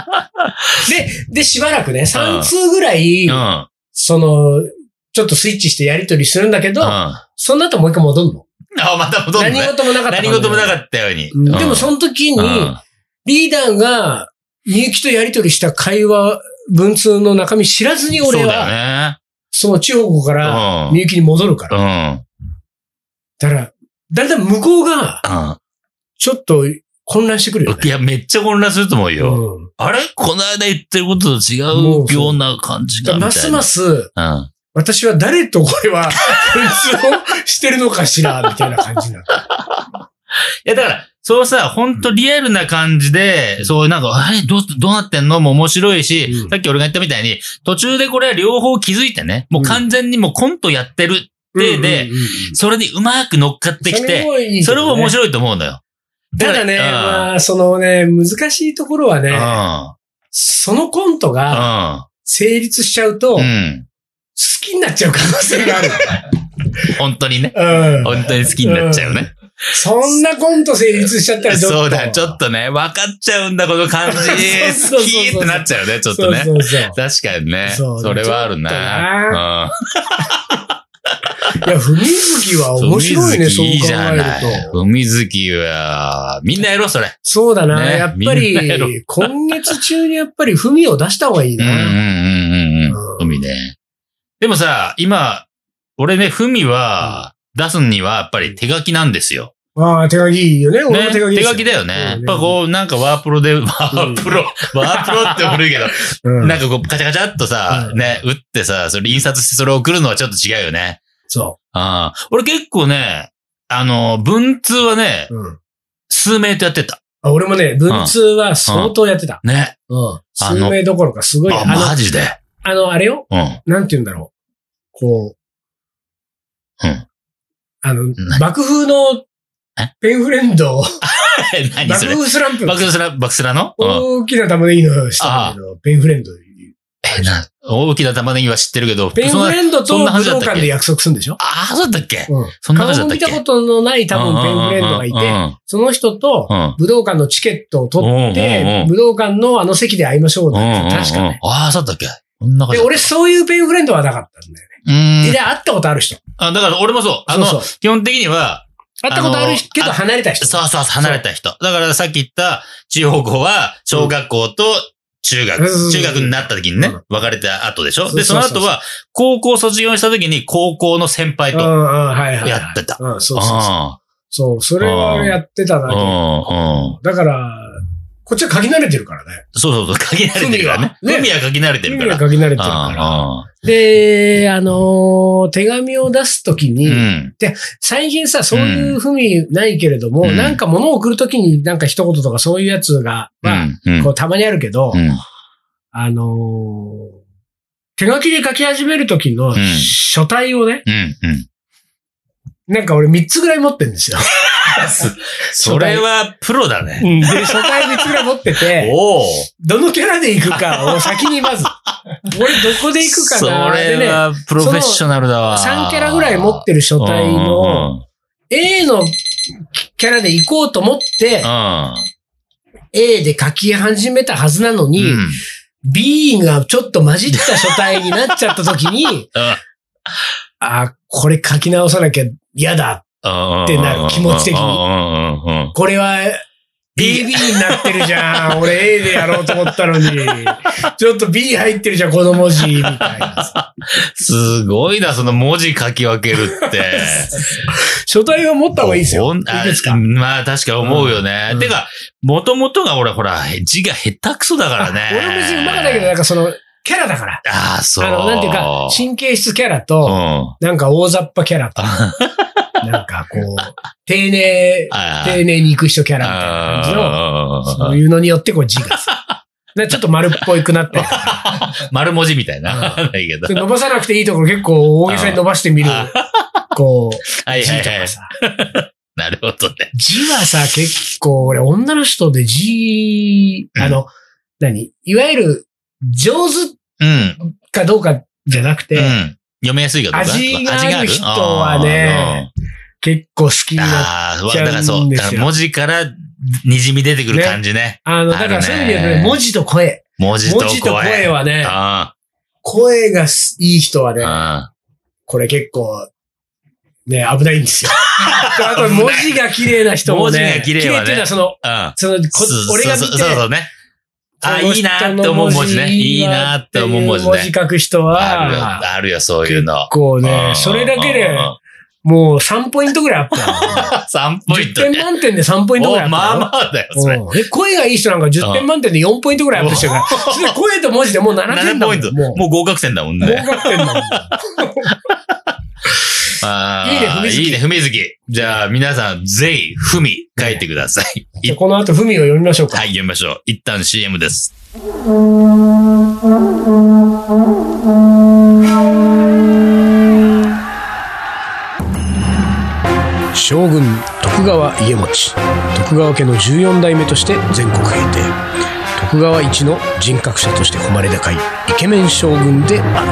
Speaker 1: で、で、しばらくね、3通ぐらい、
Speaker 2: うん。
Speaker 1: その、ちょっとスイッチしてやりとりするんだけど、
Speaker 2: あ、
Speaker 1: その後もう一回戻るの。
Speaker 2: また戻ん
Speaker 1: 何
Speaker 2: ない。
Speaker 1: 事もなかった。
Speaker 2: 何事もな
Speaker 1: っ
Speaker 2: かったように。
Speaker 1: でもその時
Speaker 2: うん
Speaker 1: に、リーダーが、みゆきとやりとりした会話、文通の中身知らずに
Speaker 2: そう
Speaker 1: 俺
Speaker 2: だよ
Speaker 1: は、
Speaker 2: ね。
Speaker 1: その地方から、
Speaker 2: うん。
Speaker 1: みゆきに戻るか
Speaker 2: う
Speaker 1: ら。
Speaker 2: ん。
Speaker 1: だから、だんだん向こうが、ちょっと混乱してくるよ
Speaker 2: うん。い
Speaker 1: ね。
Speaker 2: や、めっちゃ混乱すると思うよ。
Speaker 1: うん
Speaker 2: あれこの間言ってることと違
Speaker 1: もう
Speaker 2: う
Speaker 1: そう
Speaker 2: ような感じ
Speaker 1: だ
Speaker 2: が。。
Speaker 1: からますますす、
Speaker 2: うん。
Speaker 1: 私は誰とこれは、 文通をしてるのかしら、みたいな感じになる。
Speaker 2: いや、だから、そうさ、本当リアルな感じで、そうなんか、あれ、どう、どうなってんのも面白いし、
Speaker 1: うん
Speaker 2: さっき俺が言ったみたいに、途中でこれは両方気づいてね、もう完全にもうコントやってる。でで
Speaker 1: うんうんうんうん
Speaker 2: それにうまく乗っかってきて、
Speaker 1: て
Speaker 2: それも面白いと思うのよ。
Speaker 1: ただね、
Speaker 2: うん
Speaker 1: まあ、そのね、難しいところは
Speaker 2: う
Speaker 1: ね、
Speaker 2: ん。
Speaker 1: そのコントが成立しちゃうと、
Speaker 2: う
Speaker 1: 好
Speaker 2: ん。
Speaker 1: きになっちゃう可能性が
Speaker 2: うん。本当にね。
Speaker 1: ある。うん。
Speaker 2: 本当に好きになっちゃうね。
Speaker 1: そんなコント成立しちゃったらちょっと。
Speaker 2: そうだ、ちょっとね、分かっちゃうんだ、この感じ。
Speaker 1: そうそうそうそう
Speaker 2: 好きってなっちゃうね、ちょっとね。
Speaker 1: そうそうそ
Speaker 2: 確かにね。
Speaker 1: そう
Speaker 2: それはあるな。
Speaker 1: う。いや、文月は
Speaker 2: うん。
Speaker 1: 面白いね、そう考
Speaker 2: いいじゃない
Speaker 1: えると。
Speaker 2: 海月は、みんなやろう、それ。
Speaker 1: そうだな。
Speaker 2: ね
Speaker 1: やっぱ
Speaker 2: みんなやろ
Speaker 1: り、今月中にやっぱり文を出した方がいい
Speaker 2: うんうん
Speaker 1: な。
Speaker 2: うんうん。
Speaker 1: うん
Speaker 2: 海ね。でもさ、今、俺ね、文は、出すにはやっぱり手書きなんですよ。
Speaker 1: ああ、手書きいいよね。俺
Speaker 2: ね、
Speaker 1: も
Speaker 2: 手
Speaker 1: 手書
Speaker 2: 書
Speaker 1: きですよ
Speaker 2: きだよね。や
Speaker 1: う
Speaker 2: っ
Speaker 1: ん
Speaker 2: ぱこう、なんかワープロで、ワープロ、ワープロって古いけど、
Speaker 1: うん
Speaker 2: なんかこう、カチャカチャっとさ、
Speaker 1: うん
Speaker 2: ね、打ってさ、それ印刷してそれを送るのはちょっと違うよね。
Speaker 1: そ
Speaker 2: ああ。俺結構ね、あの、文通はね
Speaker 1: う。、うん
Speaker 2: 数名とやってた。
Speaker 1: あ俺もね、文通は相当やってた。
Speaker 2: ね。
Speaker 1: うん。
Speaker 2: あ
Speaker 1: 数
Speaker 2: の
Speaker 1: 名どころか、すごい。
Speaker 2: あ、
Speaker 1: あの
Speaker 2: マジで。
Speaker 1: あの、あれよ
Speaker 2: うん。
Speaker 1: なんて言うんだろう。こう。
Speaker 2: うん
Speaker 1: あの
Speaker 2: 何、
Speaker 1: 爆風の
Speaker 2: え
Speaker 1: ペンフレンド、
Speaker 2: 何
Speaker 1: 爆
Speaker 2: それ。
Speaker 1: 風スランプ、
Speaker 2: 爆スラ、爆スラのうん。
Speaker 1: 大きな玉ねぎの下だけど、ペンフレンド。
Speaker 2: え、な、大きな玉ねぎは知ってるけど、
Speaker 1: ペン
Speaker 2: そん
Speaker 1: フ
Speaker 2: な
Speaker 1: レンド
Speaker 2: そん
Speaker 1: と武
Speaker 2: な話だっ
Speaker 1: 道
Speaker 2: たっけ
Speaker 1: 館で約束するんでしょ
Speaker 2: ああ、そうだったっけ
Speaker 1: うん。
Speaker 2: そんな
Speaker 1: 顔
Speaker 2: 話だ
Speaker 1: も
Speaker 2: ったっ
Speaker 1: 見
Speaker 2: け
Speaker 1: たことのない多分ペンフレンドがいて、
Speaker 2: て。
Speaker 1: その人と
Speaker 2: うん。うん。
Speaker 1: 武道館のチケットを取っ
Speaker 2: うんうんう
Speaker 1: て
Speaker 2: ん、
Speaker 1: 武道館のあの席で会いましょう
Speaker 2: うんうんうん
Speaker 1: なんて確かね。
Speaker 2: ああ、そうだったっけこんな感
Speaker 1: で、
Speaker 2: じ。
Speaker 1: 俺そういうペンフレンドはなかったんだよ
Speaker 2: う
Speaker 1: ね。
Speaker 2: ん
Speaker 1: で、。会ったことある人。
Speaker 2: あ、だから俺もそう。あの、
Speaker 1: そうそう
Speaker 2: 基本的には、
Speaker 1: 会ったことある人け
Speaker 2: あ
Speaker 1: ど
Speaker 2: の
Speaker 1: 離れた人。
Speaker 2: そうそう、離れた人。だからさっき言った、地方校は、小学校と中学、
Speaker 1: うん
Speaker 2: 中学になった時にね
Speaker 1: うん、
Speaker 2: 別れた後でしょ
Speaker 1: そう
Speaker 2: で、その
Speaker 1: そうそう
Speaker 2: 後は、高校卒業した時に、高校の先輩
Speaker 1: うんう
Speaker 2: と
Speaker 1: ん、はいはいはい。
Speaker 2: やってた。
Speaker 1: うん、そうそうそう。
Speaker 2: あ
Speaker 1: そう、それはやってた
Speaker 2: あ
Speaker 1: だ
Speaker 2: うん、
Speaker 1: け。
Speaker 2: うん。
Speaker 1: だから、こっちは書き慣れてるからね。
Speaker 2: そうそうそう、書き慣れてるからね。
Speaker 1: 海はね
Speaker 2: 海は書き慣れてるか
Speaker 1: 意味
Speaker 2: ら。
Speaker 1: が書き慣れてるから。
Speaker 2: あ
Speaker 1: で、あのー手紙を出すとき
Speaker 2: う
Speaker 1: に、
Speaker 2: ん。
Speaker 1: 最近さ、そういうふうにないけれども、
Speaker 2: うん
Speaker 1: なんか物を送るときになんか一言とかそういうやつが、
Speaker 2: う
Speaker 1: まあ、
Speaker 2: ん。うん
Speaker 1: こうたまにあるけど、
Speaker 2: うん。
Speaker 1: あのー手書きで書き始めるときの
Speaker 2: ん
Speaker 1: 書体をね、
Speaker 2: うん。うん。
Speaker 1: なんか俺3つぐらい持ってるんですよ。
Speaker 2: それは、プロだね。
Speaker 1: で、書体3つぐらい持ってて、
Speaker 2: おお。
Speaker 1: どのキャラで行くかを先にまず俺どこで行くか
Speaker 2: そ
Speaker 1: なで
Speaker 2: れ
Speaker 1: ね、
Speaker 2: はプロフェッショナルだわ。
Speaker 1: 3キャラぐらい持ってる書体の、A のキャラで行こうと思って、
Speaker 2: う
Speaker 1: A で書き始めたはずなの
Speaker 2: ん。うん。
Speaker 1: に、
Speaker 2: うん。
Speaker 1: B がちょっと混じった書体になっちゃった時 に、あ、これ書き直さなきゃ嫌だ。
Speaker 2: っ
Speaker 1: ってなる気持ち的に
Speaker 2: うんうんうんうん。
Speaker 1: これは BB になってるじゃ ん。俺 A でやろうと思ったのに。ちょっと B 入ってるじゃん、この文字。みたいな。
Speaker 2: すごいな、その文字書き分ける って。
Speaker 1: 書体は持った方がいいですよ。
Speaker 2: ほ
Speaker 1: い
Speaker 2: ん
Speaker 1: い
Speaker 2: あ
Speaker 1: ですか
Speaker 2: まあ確かに思うよね。
Speaker 1: うん
Speaker 2: てか、もともとが俺ほら、字が下手くそだからね。
Speaker 1: 俺も別にうまかないけど、なんかその、キャラだから。
Speaker 2: ああ、そう。
Speaker 1: あの、なんていうか、神経質キャラ
Speaker 2: う
Speaker 1: と、
Speaker 2: ん。
Speaker 1: なんか大雑把キャラと、なんかこう、丁寧、
Speaker 2: あ
Speaker 1: 丁寧に行く人キャラみたいな感じの、そう
Speaker 2: あ
Speaker 1: いうのによってこう字がさ。なちょっと丸っぽいくな ったりとか。
Speaker 2: 丸文字みたいな。
Speaker 1: うん
Speaker 2: わかんないけど。
Speaker 1: 伸ばさなくていいところ結構大げさに伸ばしてみる
Speaker 2: うんあ。
Speaker 1: こう、
Speaker 2: はい
Speaker 1: 字
Speaker 2: はい
Speaker 1: と
Speaker 2: は
Speaker 1: か
Speaker 2: い。
Speaker 1: さ。
Speaker 2: なるほどね。
Speaker 1: 字はさ、結構俺女の人で字、
Speaker 2: うん
Speaker 1: あの、何いわゆる上手
Speaker 2: うん。
Speaker 1: かどうかじゃなくて、
Speaker 2: うん。読みやすいかどうか。
Speaker 1: 味がある人はね
Speaker 2: 味
Speaker 1: 結構好き
Speaker 2: が
Speaker 1: な。あ
Speaker 2: あるあー、わだからそう。だから文字から滲み出てくる感じね。
Speaker 1: の、だからそういう意味で言うと
Speaker 2: ある
Speaker 1: ね、
Speaker 2: ね
Speaker 1: 文字と声。
Speaker 2: 文字と声。
Speaker 1: 文字と声はね、
Speaker 2: あ
Speaker 1: 声がすいい人は
Speaker 2: ー
Speaker 1: ね、
Speaker 2: あ
Speaker 1: これ結構、ね、危ないんです よ。あと
Speaker 2: 危ない
Speaker 1: 文字が綺麗な人もね、
Speaker 2: 文字が綺麗はね
Speaker 1: っていうのはその、
Speaker 2: ー。うん。
Speaker 1: その、こ
Speaker 2: そう
Speaker 1: 俺が見
Speaker 2: そ
Speaker 1: て
Speaker 2: う、そうそうね。あ、
Speaker 1: この
Speaker 2: いい
Speaker 1: 人
Speaker 2: な
Speaker 1: の
Speaker 2: って思う文字ね。いいなって思う文字
Speaker 1: 文字
Speaker 2: ね。
Speaker 1: 書く人
Speaker 2: あるよ、
Speaker 1: は、
Speaker 2: あるよ、そういうの。
Speaker 1: こう
Speaker 2: う
Speaker 1: ね
Speaker 2: ん、
Speaker 1: それだけで
Speaker 2: うんうんうん
Speaker 1: もう3ポイントぐらいあったよ。
Speaker 2: 3ポイ ン
Speaker 1: 10
Speaker 2: トね
Speaker 1: 点満点で3ポイントぐらいあ
Speaker 2: お
Speaker 1: ったよ。
Speaker 2: まあまあだよ、それ。
Speaker 1: うんえ声がいい人なんか10点満点で4ポイントぐらいアップしてるから、それ声と文字でもう7点
Speaker 2: 7
Speaker 1: だも
Speaker 2: ポ
Speaker 1: ん
Speaker 2: イント。
Speaker 1: もう、
Speaker 2: もう合格点だもん
Speaker 1: 合
Speaker 2: ね。
Speaker 1: 格点 だもん。
Speaker 2: あー
Speaker 1: いいね
Speaker 2: いいね、ふみずき。じゃあ、皆さん、ぜひ、ふみ、書いてください。
Speaker 1: じゃあ
Speaker 2: い
Speaker 1: この後、文を読みましょうか。
Speaker 2: はい、読みましょう。一旦 CM です。
Speaker 1: 将軍徳川家持徳川家の14代目として全国平定徳川一の人格者として誉れ高いイケメン将軍である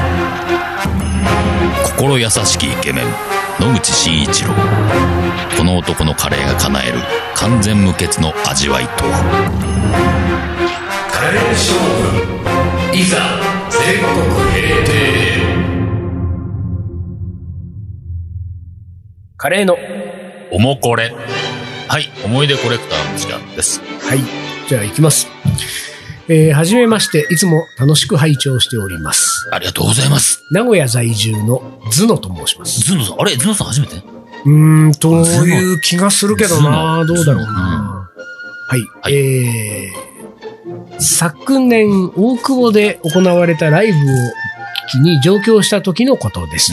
Speaker 2: 心優しきイケメン野口真一郎この男のカレーが叶える完全無欠の味わいとは
Speaker 1: カレー将軍いざ全国平定カレーのは
Speaker 2: おもこれはい思い出コレクターの時間です
Speaker 1: いじゃあ行きますえー、はじめまして、いつも楽しく拝聴しております。
Speaker 2: ありがとうございます
Speaker 1: 名古屋在住の頭野と申します。
Speaker 2: ズノさんあれズノさん初めて
Speaker 1: うーん、と
Speaker 2: 頭脳
Speaker 1: いう気がするけどな
Speaker 2: 頭
Speaker 1: ど
Speaker 2: 脳
Speaker 1: うだろうなはい、
Speaker 2: はい
Speaker 1: えー、昨年、大久保で行われたライブを聞きに上京した時のことです。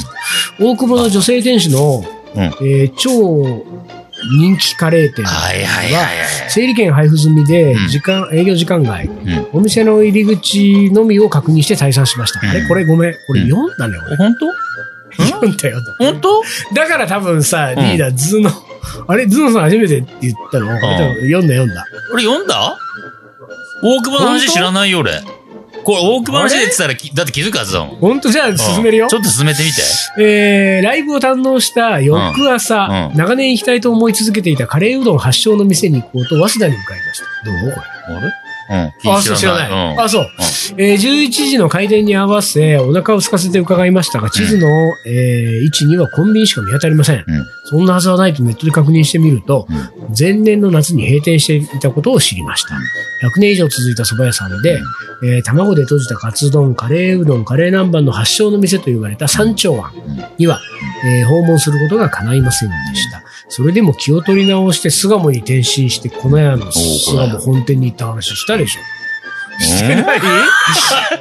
Speaker 1: 大久保の女性店主の、
Speaker 2: うん
Speaker 1: えー超人気カレー店
Speaker 2: はいはいはいはい
Speaker 1: 整理券配布済みで
Speaker 2: うん
Speaker 1: 時間、営業時間外、
Speaker 2: ん
Speaker 1: お店の入り口のみを確認して退散しました。
Speaker 2: うん
Speaker 1: あれこれごめん。これ
Speaker 2: うん
Speaker 1: 4だね、
Speaker 2: 本当
Speaker 1: 俺。4だよ。
Speaker 2: 本当
Speaker 1: だから多分さ、
Speaker 2: ん
Speaker 1: リーダー、ズノ、あれ、ズノさん初めてって言ったの、多分読んだ読んだ。
Speaker 2: 俺読んだ大久保の話知らないよ俺これ大久保の話で言ってたらきだって気づくはずだもん
Speaker 1: ほんとじゃあ進めるよ
Speaker 2: うんち。ょっと進めてみて
Speaker 1: えー、ライブを堪能した翌朝、
Speaker 2: うんうん
Speaker 1: 長年行きたいと思い続けていたカレーうどん発祥の店に行こうと、早稲田に向かいました。どうこれ。
Speaker 2: あれうん
Speaker 1: あ、そう、知らない。
Speaker 2: うん
Speaker 1: あ、そう。えー、11時の開店に合わせ、お腹を空かせて伺いましたが、地図の、えー位置にはコンビニしか見当たりません,、
Speaker 2: うん
Speaker 1: そんなはずはないとネットで確認してみると、前年の夏に閉店していたことを知りました。100年以上続いた蕎麦屋さんで、えー卵で閉じたカツ丼、カレーうどん、カレー南蛮の発祥の店と言われた山頂湾には、えー訪問することが叶いませんでした。それでも気を取り直して巣鴨に転身して、粉屋の巣鴨本店に行った話したでしょ。
Speaker 2: してない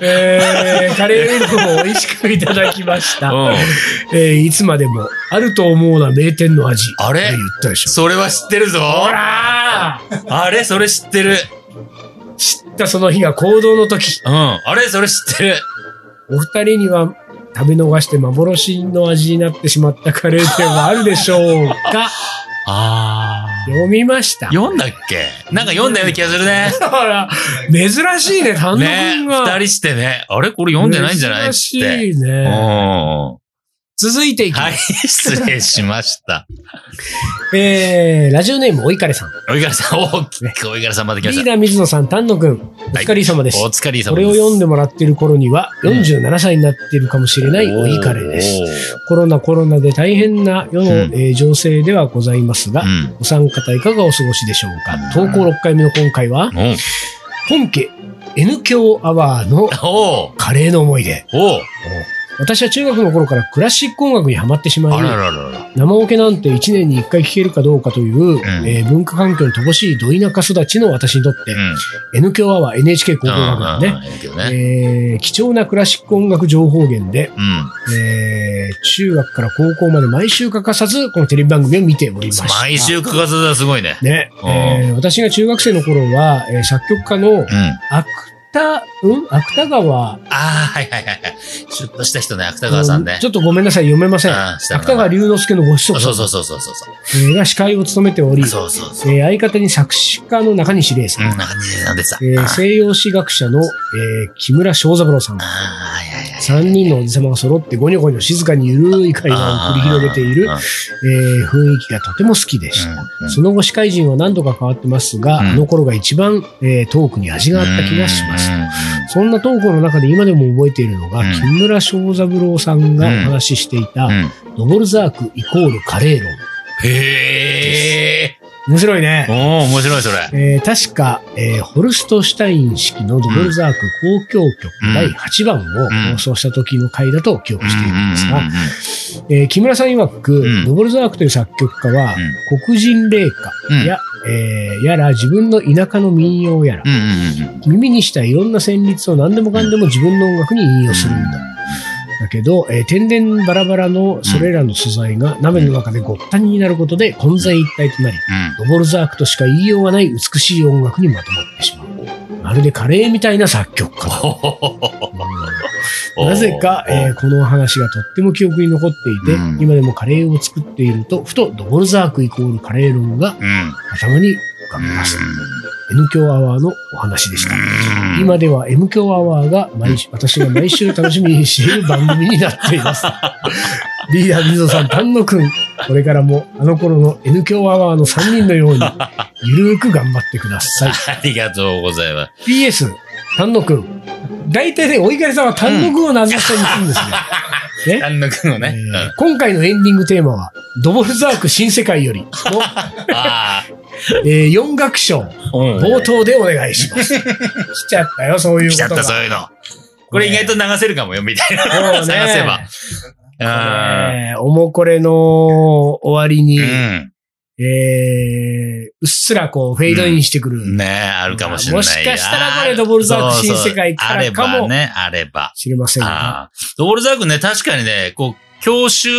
Speaker 1: えー、カレーうどんを美味しくいただきました。
Speaker 2: うん
Speaker 1: えー、いつまでもあると思うな名店の味。
Speaker 2: あれ
Speaker 1: こ言ったでしょ。
Speaker 2: それは知ってるぞ
Speaker 1: ほらー
Speaker 2: あれそれ知ってる
Speaker 1: 知ったその日が行動の時。
Speaker 2: うん。あれそれ知ってる
Speaker 1: お二人には食べ逃して 幻の味になってしまったカレー店はあるでしょうか
Speaker 2: あ
Speaker 1: 読みました。
Speaker 2: 読んだっけなんか読んだような気がするね。
Speaker 1: だから、珍しいね、単独
Speaker 2: ね
Speaker 1: が。
Speaker 2: 二人してね、あれこれ読んでないんじゃないっ
Speaker 1: 珍
Speaker 2: つ
Speaker 1: し
Speaker 2: って。
Speaker 1: い
Speaker 2: うん
Speaker 1: ね。
Speaker 2: は
Speaker 1: 続いていきます。
Speaker 2: い、失礼しました。
Speaker 1: えー、ラジオネーム、おいかれさん。
Speaker 2: おいからさん、大きくおいからさんまで来ま
Speaker 1: リ
Speaker 2: し
Speaker 1: ー
Speaker 2: た。
Speaker 1: ダー水野さん、丹野くん、お疲れ様です。
Speaker 2: お疲れ様です。
Speaker 1: これを読んでもらっている頃には、47歳になっているかもしれないおいかれです。
Speaker 2: す。
Speaker 1: コロナコロナで大変な世の、
Speaker 2: うん
Speaker 1: えー情勢ではございますが、
Speaker 2: うん。
Speaker 1: お三方いかがお過ごしでしょうか投稿6回目の今回は、
Speaker 2: おう
Speaker 1: 本家 N 響アワーの
Speaker 2: おう
Speaker 1: カレーの思い出。
Speaker 2: おう
Speaker 1: 私は中学の頃からクラシック音楽にハマってしま
Speaker 2: あ
Speaker 1: い、
Speaker 2: らららら。
Speaker 1: 生オケなんて1年に1回聴けるかどうかという、えー文化環境に乏しいど田舎育ちの私にとって、
Speaker 2: うん。
Speaker 1: N 響アワー NHK 高校学
Speaker 2: あ
Speaker 1: 団
Speaker 2: あ
Speaker 1: ね、
Speaker 2: いいけどね。
Speaker 1: えー貴重なクラシック音楽情報源で、
Speaker 2: うん。
Speaker 1: えー中学から高校まで毎週欠かさず、このテレビ番組を見ておりました。
Speaker 2: 毎週欠かさずはすごいね。
Speaker 1: ね、えー私が中学生の頃は、えー作曲家の
Speaker 2: うん。あ
Speaker 1: 芥、うん芥川、
Speaker 2: あー、はいはいはいはい。シュッとした人ね、芥川さんね
Speaker 1: ち。ょっとごめんなさい、読めません。
Speaker 2: ああ下の名
Speaker 1: 芥川龍之介のご子
Speaker 2: そう
Speaker 1: 息さ
Speaker 2: そ
Speaker 1: ん
Speaker 2: うそうそうそうそう。そう
Speaker 1: えーが司会を務めており、
Speaker 2: そうそうそう。
Speaker 1: えー相方に作詞家の中西礼
Speaker 2: う
Speaker 1: さ
Speaker 2: ん、
Speaker 1: ん、
Speaker 2: なんか似てたんでさ。
Speaker 1: えー
Speaker 2: あー
Speaker 1: 西洋史学者の、えー木村正三郎さん、
Speaker 2: あー、はいはいはい。
Speaker 1: 3人のおじ様が揃ってゴニョゴニョ静かにゆるい会話を繰り広げている
Speaker 2: あー。あー
Speaker 1: えー雰囲気がとても好きでした。
Speaker 2: うん
Speaker 1: その後司会陣は何度か変わってますが、
Speaker 2: うん
Speaker 1: あの頃が一番、えートークに味があった気がします。そんなトークの中で今でも覚えているのが、
Speaker 2: うん
Speaker 1: 木村正三郎さんがお話ししていた、
Speaker 2: うんうんうん
Speaker 1: ドボルザークイコールカレー論。
Speaker 2: へえ。
Speaker 1: 面白いね
Speaker 2: お。お面白いそれ。
Speaker 1: えー確か、えーホルストシュタイン式のドボルザーク交響曲第8番
Speaker 2: うん
Speaker 1: を放送した時の回だと記憶しているんですが、
Speaker 2: う
Speaker 1: えー木村さん曰く、
Speaker 2: うん
Speaker 1: ドボルザークという作曲家は、黒人霊歌や、えーやら自分の田舎の民謡やら、
Speaker 2: んうんうんうんうんうんうん。
Speaker 1: 耳にしたいろんな旋律を何でもかんでも自分の音楽に引用するんだ。だけど、えー天然バラバラのそれらの素材が鍋の中でごったになることで混在一体となり、
Speaker 2: うん。
Speaker 1: ドボルザークとしか言いようがない美しい音楽にまとまってしまう。まるでカレーみたいな作曲家だ。
Speaker 2: ほほほほほ
Speaker 1: うん なぜか、えーこのお話がとっても記憶に残っていて、
Speaker 2: うん
Speaker 1: 今でもカレーを作っていると、ふとドボルザークイコールカレー論が
Speaker 2: うん。
Speaker 1: 頭に浮かびます。N 響アワーのお話でした。今では M 響アワーが毎週、私が毎週楽しみにしている番組になってい ます。リーダー水野さん、丹野くん、これからもあの頃の N 響アワーの3人のように、ゆるーく頑張ってください。
Speaker 2: ありがとうございます。
Speaker 1: PS、丹野くん。大体ね、お怒りさんは丹野くんを名指しにするんです ね。ね
Speaker 2: 丹野くんをね。
Speaker 1: えー
Speaker 2: うん
Speaker 1: 今回のエンディングテーマは、ドボルザーク新世界よ りの、
Speaker 2: あ
Speaker 1: え4楽章、
Speaker 2: あ。うん
Speaker 1: 冒頭でお願いし ます。来ちゃったよ、そういうこ
Speaker 2: 来ちゃっ
Speaker 1: と
Speaker 2: た、
Speaker 1: が。
Speaker 2: そういうの。これ意外と流せるかもよ、みたい
Speaker 1: そう
Speaker 2: な。
Speaker 1: ね
Speaker 2: 探せば。うん
Speaker 1: えーおもこれの終わりに、
Speaker 2: うん。
Speaker 1: えーうっすらこうフェードインしてくる。
Speaker 2: ねえ、あるかもしれない。
Speaker 1: もしかしたらこれドボルザーク新世界からかも
Speaker 2: そうそうあればね、あれば。
Speaker 1: 知れませんが。
Speaker 2: ああ。ドボルザークね、確かにね、こう、教習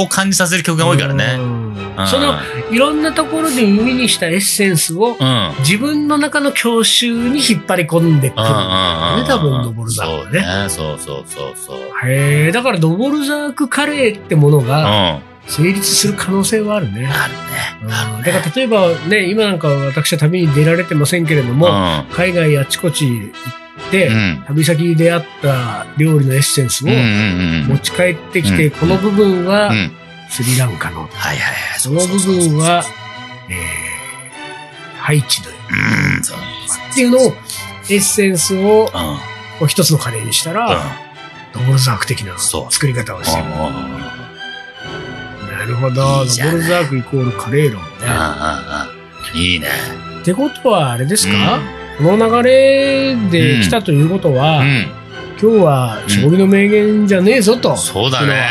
Speaker 2: を感じさせる曲が多いから
Speaker 1: う
Speaker 2: ね。
Speaker 1: ん
Speaker 2: うん
Speaker 1: その、いろんなところで耳にしたエッセンスを
Speaker 2: うん。うんうん
Speaker 1: 自分の中の教習に引っ張り込んでくるんだよね、多分ドボルザークはね。
Speaker 2: そうそうそうそうそう。
Speaker 1: へえ、だからドボルザークカレーってもの
Speaker 2: うん。
Speaker 1: が
Speaker 2: あ
Speaker 1: 成立する可能性はあるね。
Speaker 2: るね。
Speaker 1: うんだから例えばね、今なんか私は旅に出られてませんけれども、
Speaker 2: う
Speaker 1: 海外あちこち行って、
Speaker 2: ん。うん。
Speaker 1: 旅先に出会った料理のエッセンスを
Speaker 2: うんうんうんう
Speaker 1: 持
Speaker 2: ん。
Speaker 1: ち帰ってきて、
Speaker 2: うん
Speaker 1: この部分は
Speaker 2: うん
Speaker 1: スリランカの、
Speaker 2: はいはいはい。
Speaker 1: その部分は
Speaker 2: そうそうそうそ
Speaker 1: え
Speaker 2: う、
Speaker 1: ーハイチの
Speaker 2: うん、そう。
Speaker 1: っていうのを、エッセンスを
Speaker 2: うん。うん。
Speaker 1: こう一つのカレーにしたら、ドボルザーク的な
Speaker 2: そう
Speaker 1: 作り方をしてる。
Speaker 2: うん
Speaker 1: なるほど。
Speaker 2: いいじゃ
Speaker 1: ドボ
Speaker 2: ない
Speaker 1: ルザークイコールカレー論ね。
Speaker 2: ああ、いいね。
Speaker 1: ってことはあれです
Speaker 2: う
Speaker 1: か、
Speaker 2: ん
Speaker 1: この流れで来たということは、
Speaker 2: うん。
Speaker 1: 今日は将棋の名言じゃねえぞと、
Speaker 2: そうだね。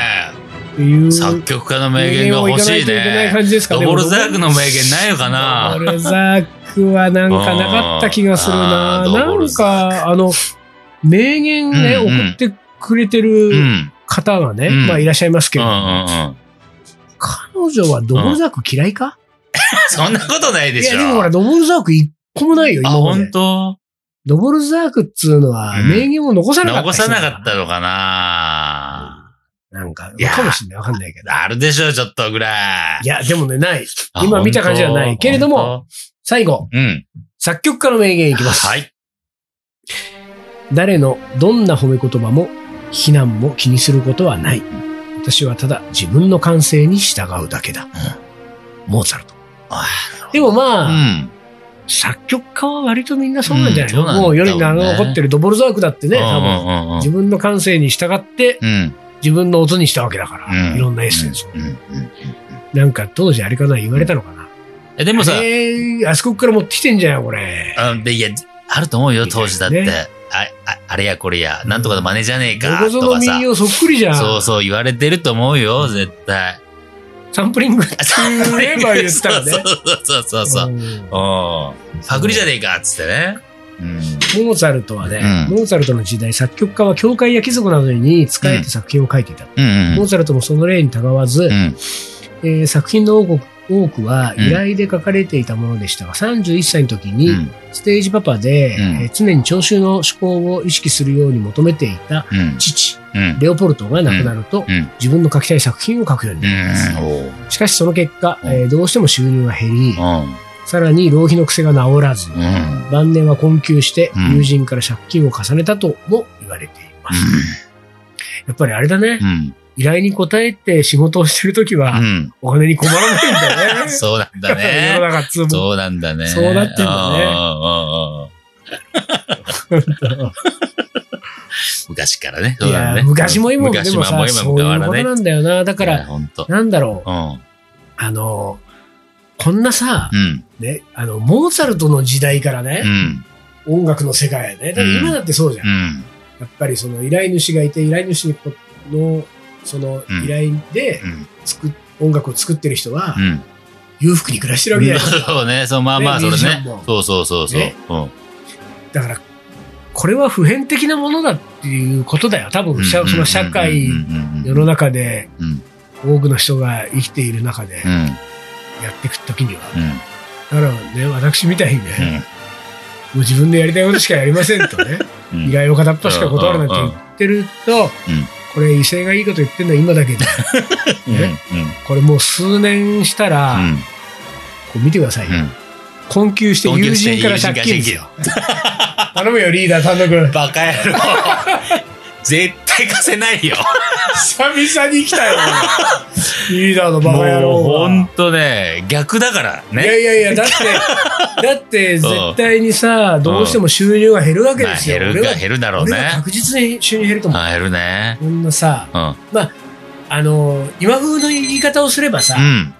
Speaker 1: っていう。
Speaker 2: 作曲家の名言が欲し
Speaker 1: 名言をかなと
Speaker 2: い
Speaker 1: けない
Speaker 2: ね。
Speaker 1: 感じですか
Speaker 2: ド
Speaker 1: ね。
Speaker 2: ボルザークの名言ないのかな
Speaker 1: ドボルザークはなんかなかった気がするな。
Speaker 2: うんあード
Speaker 1: な
Speaker 2: ボル
Speaker 1: ん
Speaker 2: ザー
Speaker 1: か、あの、名言ね、
Speaker 2: うんうん
Speaker 1: 送ってくれて
Speaker 2: うん。うんう
Speaker 1: る
Speaker 2: ん
Speaker 1: 方がね、
Speaker 2: うん
Speaker 1: まあいらっしゃいますけ
Speaker 2: う
Speaker 1: ど、
Speaker 2: ん。
Speaker 1: 彼女はドボルザーク嫌いか、
Speaker 2: そんなことないで
Speaker 1: い
Speaker 2: し
Speaker 1: や、
Speaker 2: ょ。
Speaker 1: でもほら、ドボルザーク一個もないよ、
Speaker 2: あ、
Speaker 1: 今ま
Speaker 2: 本
Speaker 1: で。
Speaker 2: 当
Speaker 1: ドボルザークっつうのは
Speaker 2: うん
Speaker 1: 名言を残さなかった
Speaker 2: 残
Speaker 1: 人
Speaker 2: さ
Speaker 1: だ
Speaker 2: な
Speaker 1: ら
Speaker 2: かったのかな
Speaker 1: なんか
Speaker 2: いや、ー
Speaker 1: かもしれない。わかんないけど。
Speaker 2: あるでしょ、ちょっとぐらい。
Speaker 1: いや、でもね、ない。
Speaker 2: あ
Speaker 1: 今見た感じはない
Speaker 2: 本当
Speaker 1: けれども最後、
Speaker 2: 本当うん。
Speaker 1: 作曲家の名言いきます。
Speaker 2: はい。
Speaker 1: 誰のどんな褒め言葉も非難も気にすることはない。私はただ自分の感性に従うだけだ。モーツァルト
Speaker 2: あ。
Speaker 1: でも
Speaker 2: う
Speaker 1: まあ、
Speaker 2: ん。
Speaker 1: 作曲家は割とみんなそうなんじゃないの、
Speaker 2: うんそうなんだ
Speaker 1: も
Speaker 2: ろう
Speaker 1: う
Speaker 2: ね
Speaker 1: 世に名の残ってるドボルザークだってね、多分。
Speaker 2: うんうんうん
Speaker 1: 自分の感性に従って
Speaker 2: うん。
Speaker 1: 自分の音にしたわけだから、
Speaker 2: うん
Speaker 1: いろんなエッセンスを。
Speaker 2: うんうん
Speaker 1: なんか当時あれかな言われたのかな。
Speaker 2: えでもさ、
Speaker 1: えー、あそこから持ってきてんじゃん、これ。
Speaker 2: うんでいや、あると思うよ、当時だって。
Speaker 1: ね
Speaker 2: あああれやこれや、なんとかの真似じゃねえ
Speaker 1: ど
Speaker 2: か、
Speaker 1: こぞ
Speaker 2: と
Speaker 1: の
Speaker 2: かさ
Speaker 1: 民。謡そっくりじゃん。
Speaker 2: そうそう、言われてると思うよ、絶対。
Speaker 1: サンプリングって言えば言ったらね。
Speaker 2: そうそうそうそうそう。
Speaker 1: うん
Speaker 2: うんパクリじゃねえか、つってね。うん。
Speaker 1: モーツァルトはね、
Speaker 2: うん
Speaker 1: モーツァルトの時代、作曲家は教会や貴族などに仕えて作品を書いていた。
Speaker 2: うんう
Speaker 1: モー
Speaker 2: ん。
Speaker 1: ツァルトもその例にたがわず、
Speaker 2: うん。
Speaker 1: えー作品の多く多くは
Speaker 2: うん
Speaker 1: 依頼で書かれていたものでしたが、31歳の時
Speaker 2: う
Speaker 1: に
Speaker 2: ん。
Speaker 1: ステージパパで、
Speaker 2: うん
Speaker 1: えー常に聴衆の思考を意識するように求めていた
Speaker 2: うん。
Speaker 1: 父、
Speaker 2: うん。
Speaker 1: レオポルトが亡くなると、
Speaker 2: うん
Speaker 1: 自分の書きたい作品を書くようになります。
Speaker 2: うん。
Speaker 1: しかしその結果、
Speaker 2: うん
Speaker 1: えーどうしても収入が減り、
Speaker 2: おう
Speaker 1: さらに浪費の癖が治らず、
Speaker 2: うん。うん。
Speaker 1: 晩年は困窮して
Speaker 2: うん
Speaker 1: 友人から借金を重ねたとも言われています。やっぱりあれだね
Speaker 2: う。ん。
Speaker 1: 依頼に応えて仕事をしてるときは、
Speaker 2: うん。
Speaker 1: お金に困らないんだね。
Speaker 2: そうなんだ
Speaker 1: 世の
Speaker 2: ね。
Speaker 1: 中通も。
Speaker 2: そうなんだね。
Speaker 1: そうなってんだね
Speaker 2: ね。昔からね。そう
Speaker 1: い
Speaker 2: だ
Speaker 1: や
Speaker 2: ね。
Speaker 1: 昔も今もで
Speaker 2: 昔
Speaker 1: も
Speaker 2: も
Speaker 1: さ、
Speaker 2: 今
Speaker 1: そ
Speaker 2: も
Speaker 1: うい
Speaker 2: 変
Speaker 1: う
Speaker 2: わ
Speaker 1: こと
Speaker 2: らない。
Speaker 1: なんだよな。だか
Speaker 2: いや、
Speaker 1: ら、
Speaker 2: ほんと。
Speaker 1: なんだろう
Speaker 2: う。ん。
Speaker 1: あの、こんなさ
Speaker 2: う、ん。
Speaker 1: ね、あの、モーツァルトの時代から
Speaker 2: う
Speaker 1: ね、
Speaker 2: ん。
Speaker 1: 音楽の世界やね。だから今だってそうじゃん
Speaker 2: う。ん。
Speaker 1: やっぱりその依頼主がいて、依頼主の、その
Speaker 2: うん
Speaker 1: 依頼で作っ、音楽を作ってる人は
Speaker 2: う、ん。
Speaker 1: 裕福に暮らしてるわけじゃないですか。
Speaker 2: そうね。そう、まあま
Speaker 1: ね
Speaker 2: あ、それ
Speaker 1: ミュージシャン
Speaker 2: ね
Speaker 1: も。
Speaker 2: そうそうそうそう。
Speaker 1: ね
Speaker 2: うん。
Speaker 1: だから、これは普遍的なものだっていうことだよ。多分、社その社会、世の
Speaker 2: 中。
Speaker 1: 中で
Speaker 2: うん。
Speaker 1: 多くの人が生きている中で
Speaker 2: う
Speaker 1: や
Speaker 2: ん。
Speaker 1: っていくときには。
Speaker 2: うん。
Speaker 1: だからね、私みたいにね、もう自分でやりたいことしかやりませんとね、
Speaker 2: うん。
Speaker 1: 依頼を片っ端から断るなんて言ってると
Speaker 2: うん、
Speaker 1: これ威勢がいいこと言ってんのは今だけで、
Speaker 2: うん。うん。
Speaker 1: これもう数年したら、
Speaker 2: うん。
Speaker 1: こう見てくださいよ。
Speaker 2: うん
Speaker 1: 困窮して友人から借金ですよ。頼むよ、リーダー、単独。
Speaker 2: バカ野郎。絶対貸せないよ。
Speaker 1: 久々に来たよ。リーダーのバカ野
Speaker 2: もう
Speaker 1: 郎は。
Speaker 2: ほんとね、逆だから
Speaker 1: いや
Speaker 2: ね。
Speaker 1: いやいや、だ って、だって絶対にさ、どうしても収入が減るわけ
Speaker 2: ま
Speaker 1: で
Speaker 2: あ
Speaker 1: すよ。
Speaker 2: 減る
Speaker 1: 俺は
Speaker 2: か、減るだろう
Speaker 1: 俺
Speaker 2: ね
Speaker 1: は。確実に収入減ると思う。
Speaker 2: あ減るね。
Speaker 1: こんなさ、
Speaker 2: うん。
Speaker 1: あの、今風の言い方をすればさ
Speaker 2: う、ん。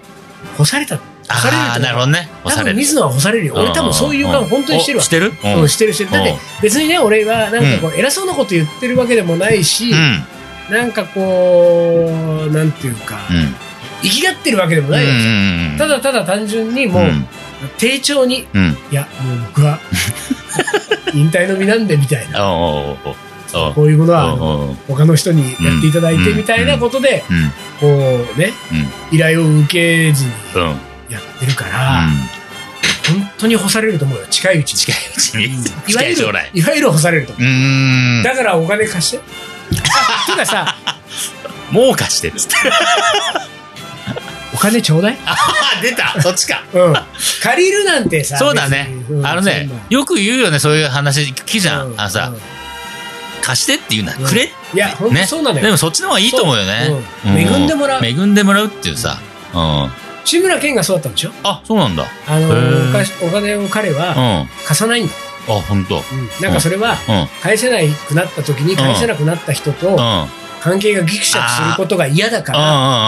Speaker 1: 干された。干される
Speaker 2: ああ、
Speaker 1: と
Speaker 2: なるほどね。
Speaker 1: 多
Speaker 2: 押され
Speaker 1: 分
Speaker 2: る。
Speaker 1: 水野は干されるよ。俺多分そういう予感を本当にしてるわ
Speaker 2: おし。てるう
Speaker 1: うん、してるしてる。だって
Speaker 2: うん
Speaker 1: 別にね、俺はなんかこう、偉そうなこと言ってるわけでもないし、
Speaker 2: うん。
Speaker 1: なんかこう、なんていうか、
Speaker 2: うん。
Speaker 1: 生きがってるわけでもないわけ
Speaker 2: うん。
Speaker 1: ただただ単純にもう、
Speaker 2: うん。
Speaker 1: 丁重に、
Speaker 2: うん。
Speaker 1: いや、もう僕は、 引退の身なんでみたいな。
Speaker 2: おうおうおうおう。
Speaker 1: こういうもの
Speaker 2: お
Speaker 1: は、あ
Speaker 2: う
Speaker 1: の
Speaker 2: おうおう
Speaker 1: 他の人にやっていただいてみたいなことで、
Speaker 2: うん。
Speaker 1: こうね、依頼を受けずに
Speaker 2: うん。うん。
Speaker 1: やってるから、本当に干されると思うよ。近いうちに。
Speaker 2: 近いうちに。
Speaker 1: いわ
Speaker 2: 近
Speaker 1: ゆ
Speaker 2: い
Speaker 1: る
Speaker 2: 将来、。
Speaker 1: いわゆる干されると思
Speaker 2: うーん
Speaker 1: う。。だからお金貸 して。あてかさ、
Speaker 2: もう貸してるっつって。
Speaker 1: お金ちょうだい
Speaker 2: あ、出たそっちか。
Speaker 1: うん。借りるなんてさ。
Speaker 2: そうだね
Speaker 1: 別にうん
Speaker 2: あのね
Speaker 1: そんな、
Speaker 2: よく言うよね、そういう話聞くじゃ。
Speaker 1: うん
Speaker 2: あのさ
Speaker 1: うん、
Speaker 2: 貸してって言うな。
Speaker 1: うん
Speaker 2: くれ
Speaker 1: いや、本当
Speaker 2: ね
Speaker 1: そうなのよ。
Speaker 2: でもそっちの方がいいと思うよね。
Speaker 1: うん
Speaker 2: う
Speaker 1: 恵んでもらう。
Speaker 2: 恵んでもらうっていうさ。うん。
Speaker 1: 志村けんがそうだったんでしょ
Speaker 2: あ、そうなんだ。
Speaker 1: あの
Speaker 2: へー
Speaker 1: おかしお金を彼
Speaker 2: うん。
Speaker 1: は
Speaker 2: あ、
Speaker 1: 貸さないんだ、
Speaker 2: ほん
Speaker 1: う
Speaker 2: と。
Speaker 1: んなんかそれは
Speaker 2: うん。うん。
Speaker 1: 返せなくなった時に返せなくなった人と
Speaker 2: うん。うん。
Speaker 1: 関係がギクシャクすることが嫌だか
Speaker 2: うん。
Speaker 1: ら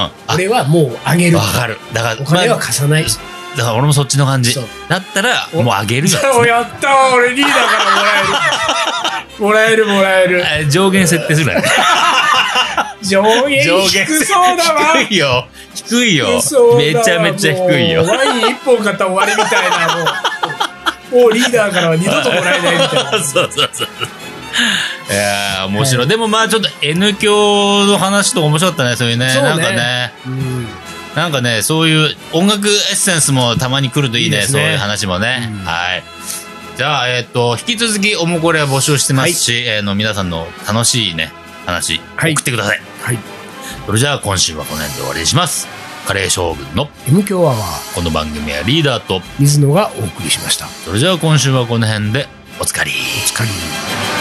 Speaker 2: あ、
Speaker 1: 俺はもうあげる
Speaker 2: わかる。だから、
Speaker 1: お金
Speaker 2: ま
Speaker 1: は
Speaker 2: あ
Speaker 1: 貸さない、
Speaker 2: だから俺もそっちの感じ
Speaker 1: そう。
Speaker 2: だったら、
Speaker 1: お
Speaker 2: もうあげるよ。
Speaker 1: おやったー俺リーダーからもらえるもらえるもらえ
Speaker 2: あ上限設定す るからね。
Speaker 1: る上限
Speaker 2: 上限
Speaker 1: 低そうだわ
Speaker 2: 低いよ。低いよ
Speaker 1: 低そう。だ
Speaker 2: め
Speaker 1: わ
Speaker 2: ちゃめちゃ低いよ
Speaker 1: もう。ワイン1本買ったら終わりみたいなもうもうリーダーからは二度ともらえないみたいな
Speaker 2: そうそうそう。いやー、面白い。でもまあちょっと N 教の話とか面白かったね、そういうね。
Speaker 1: そうね
Speaker 2: なんかね、
Speaker 1: うん
Speaker 2: なんかね、そういう音楽エッセンスもたまに来るといいね、
Speaker 1: いいです
Speaker 2: そ
Speaker 1: ね
Speaker 2: ういう話もね。
Speaker 1: うん
Speaker 2: はい。じゃあ、えっ、と、引き続きおもこれは募集してますし、えーの皆さんの楽しいね、話、
Speaker 1: はい
Speaker 2: 送ってください。
Speaker 1: はい
Speaker 2: それじゃあ今週はこの辺で終わりにします。カレー将軍の
Speaker 1: M 強アワー、
Speaker 2: この番組はリーダーと、
Speaker 1: 水野がお送りしました。
Speaker 2: それじゃあ今週はこの辺でおつかり。
Speaker 1: お疲れ様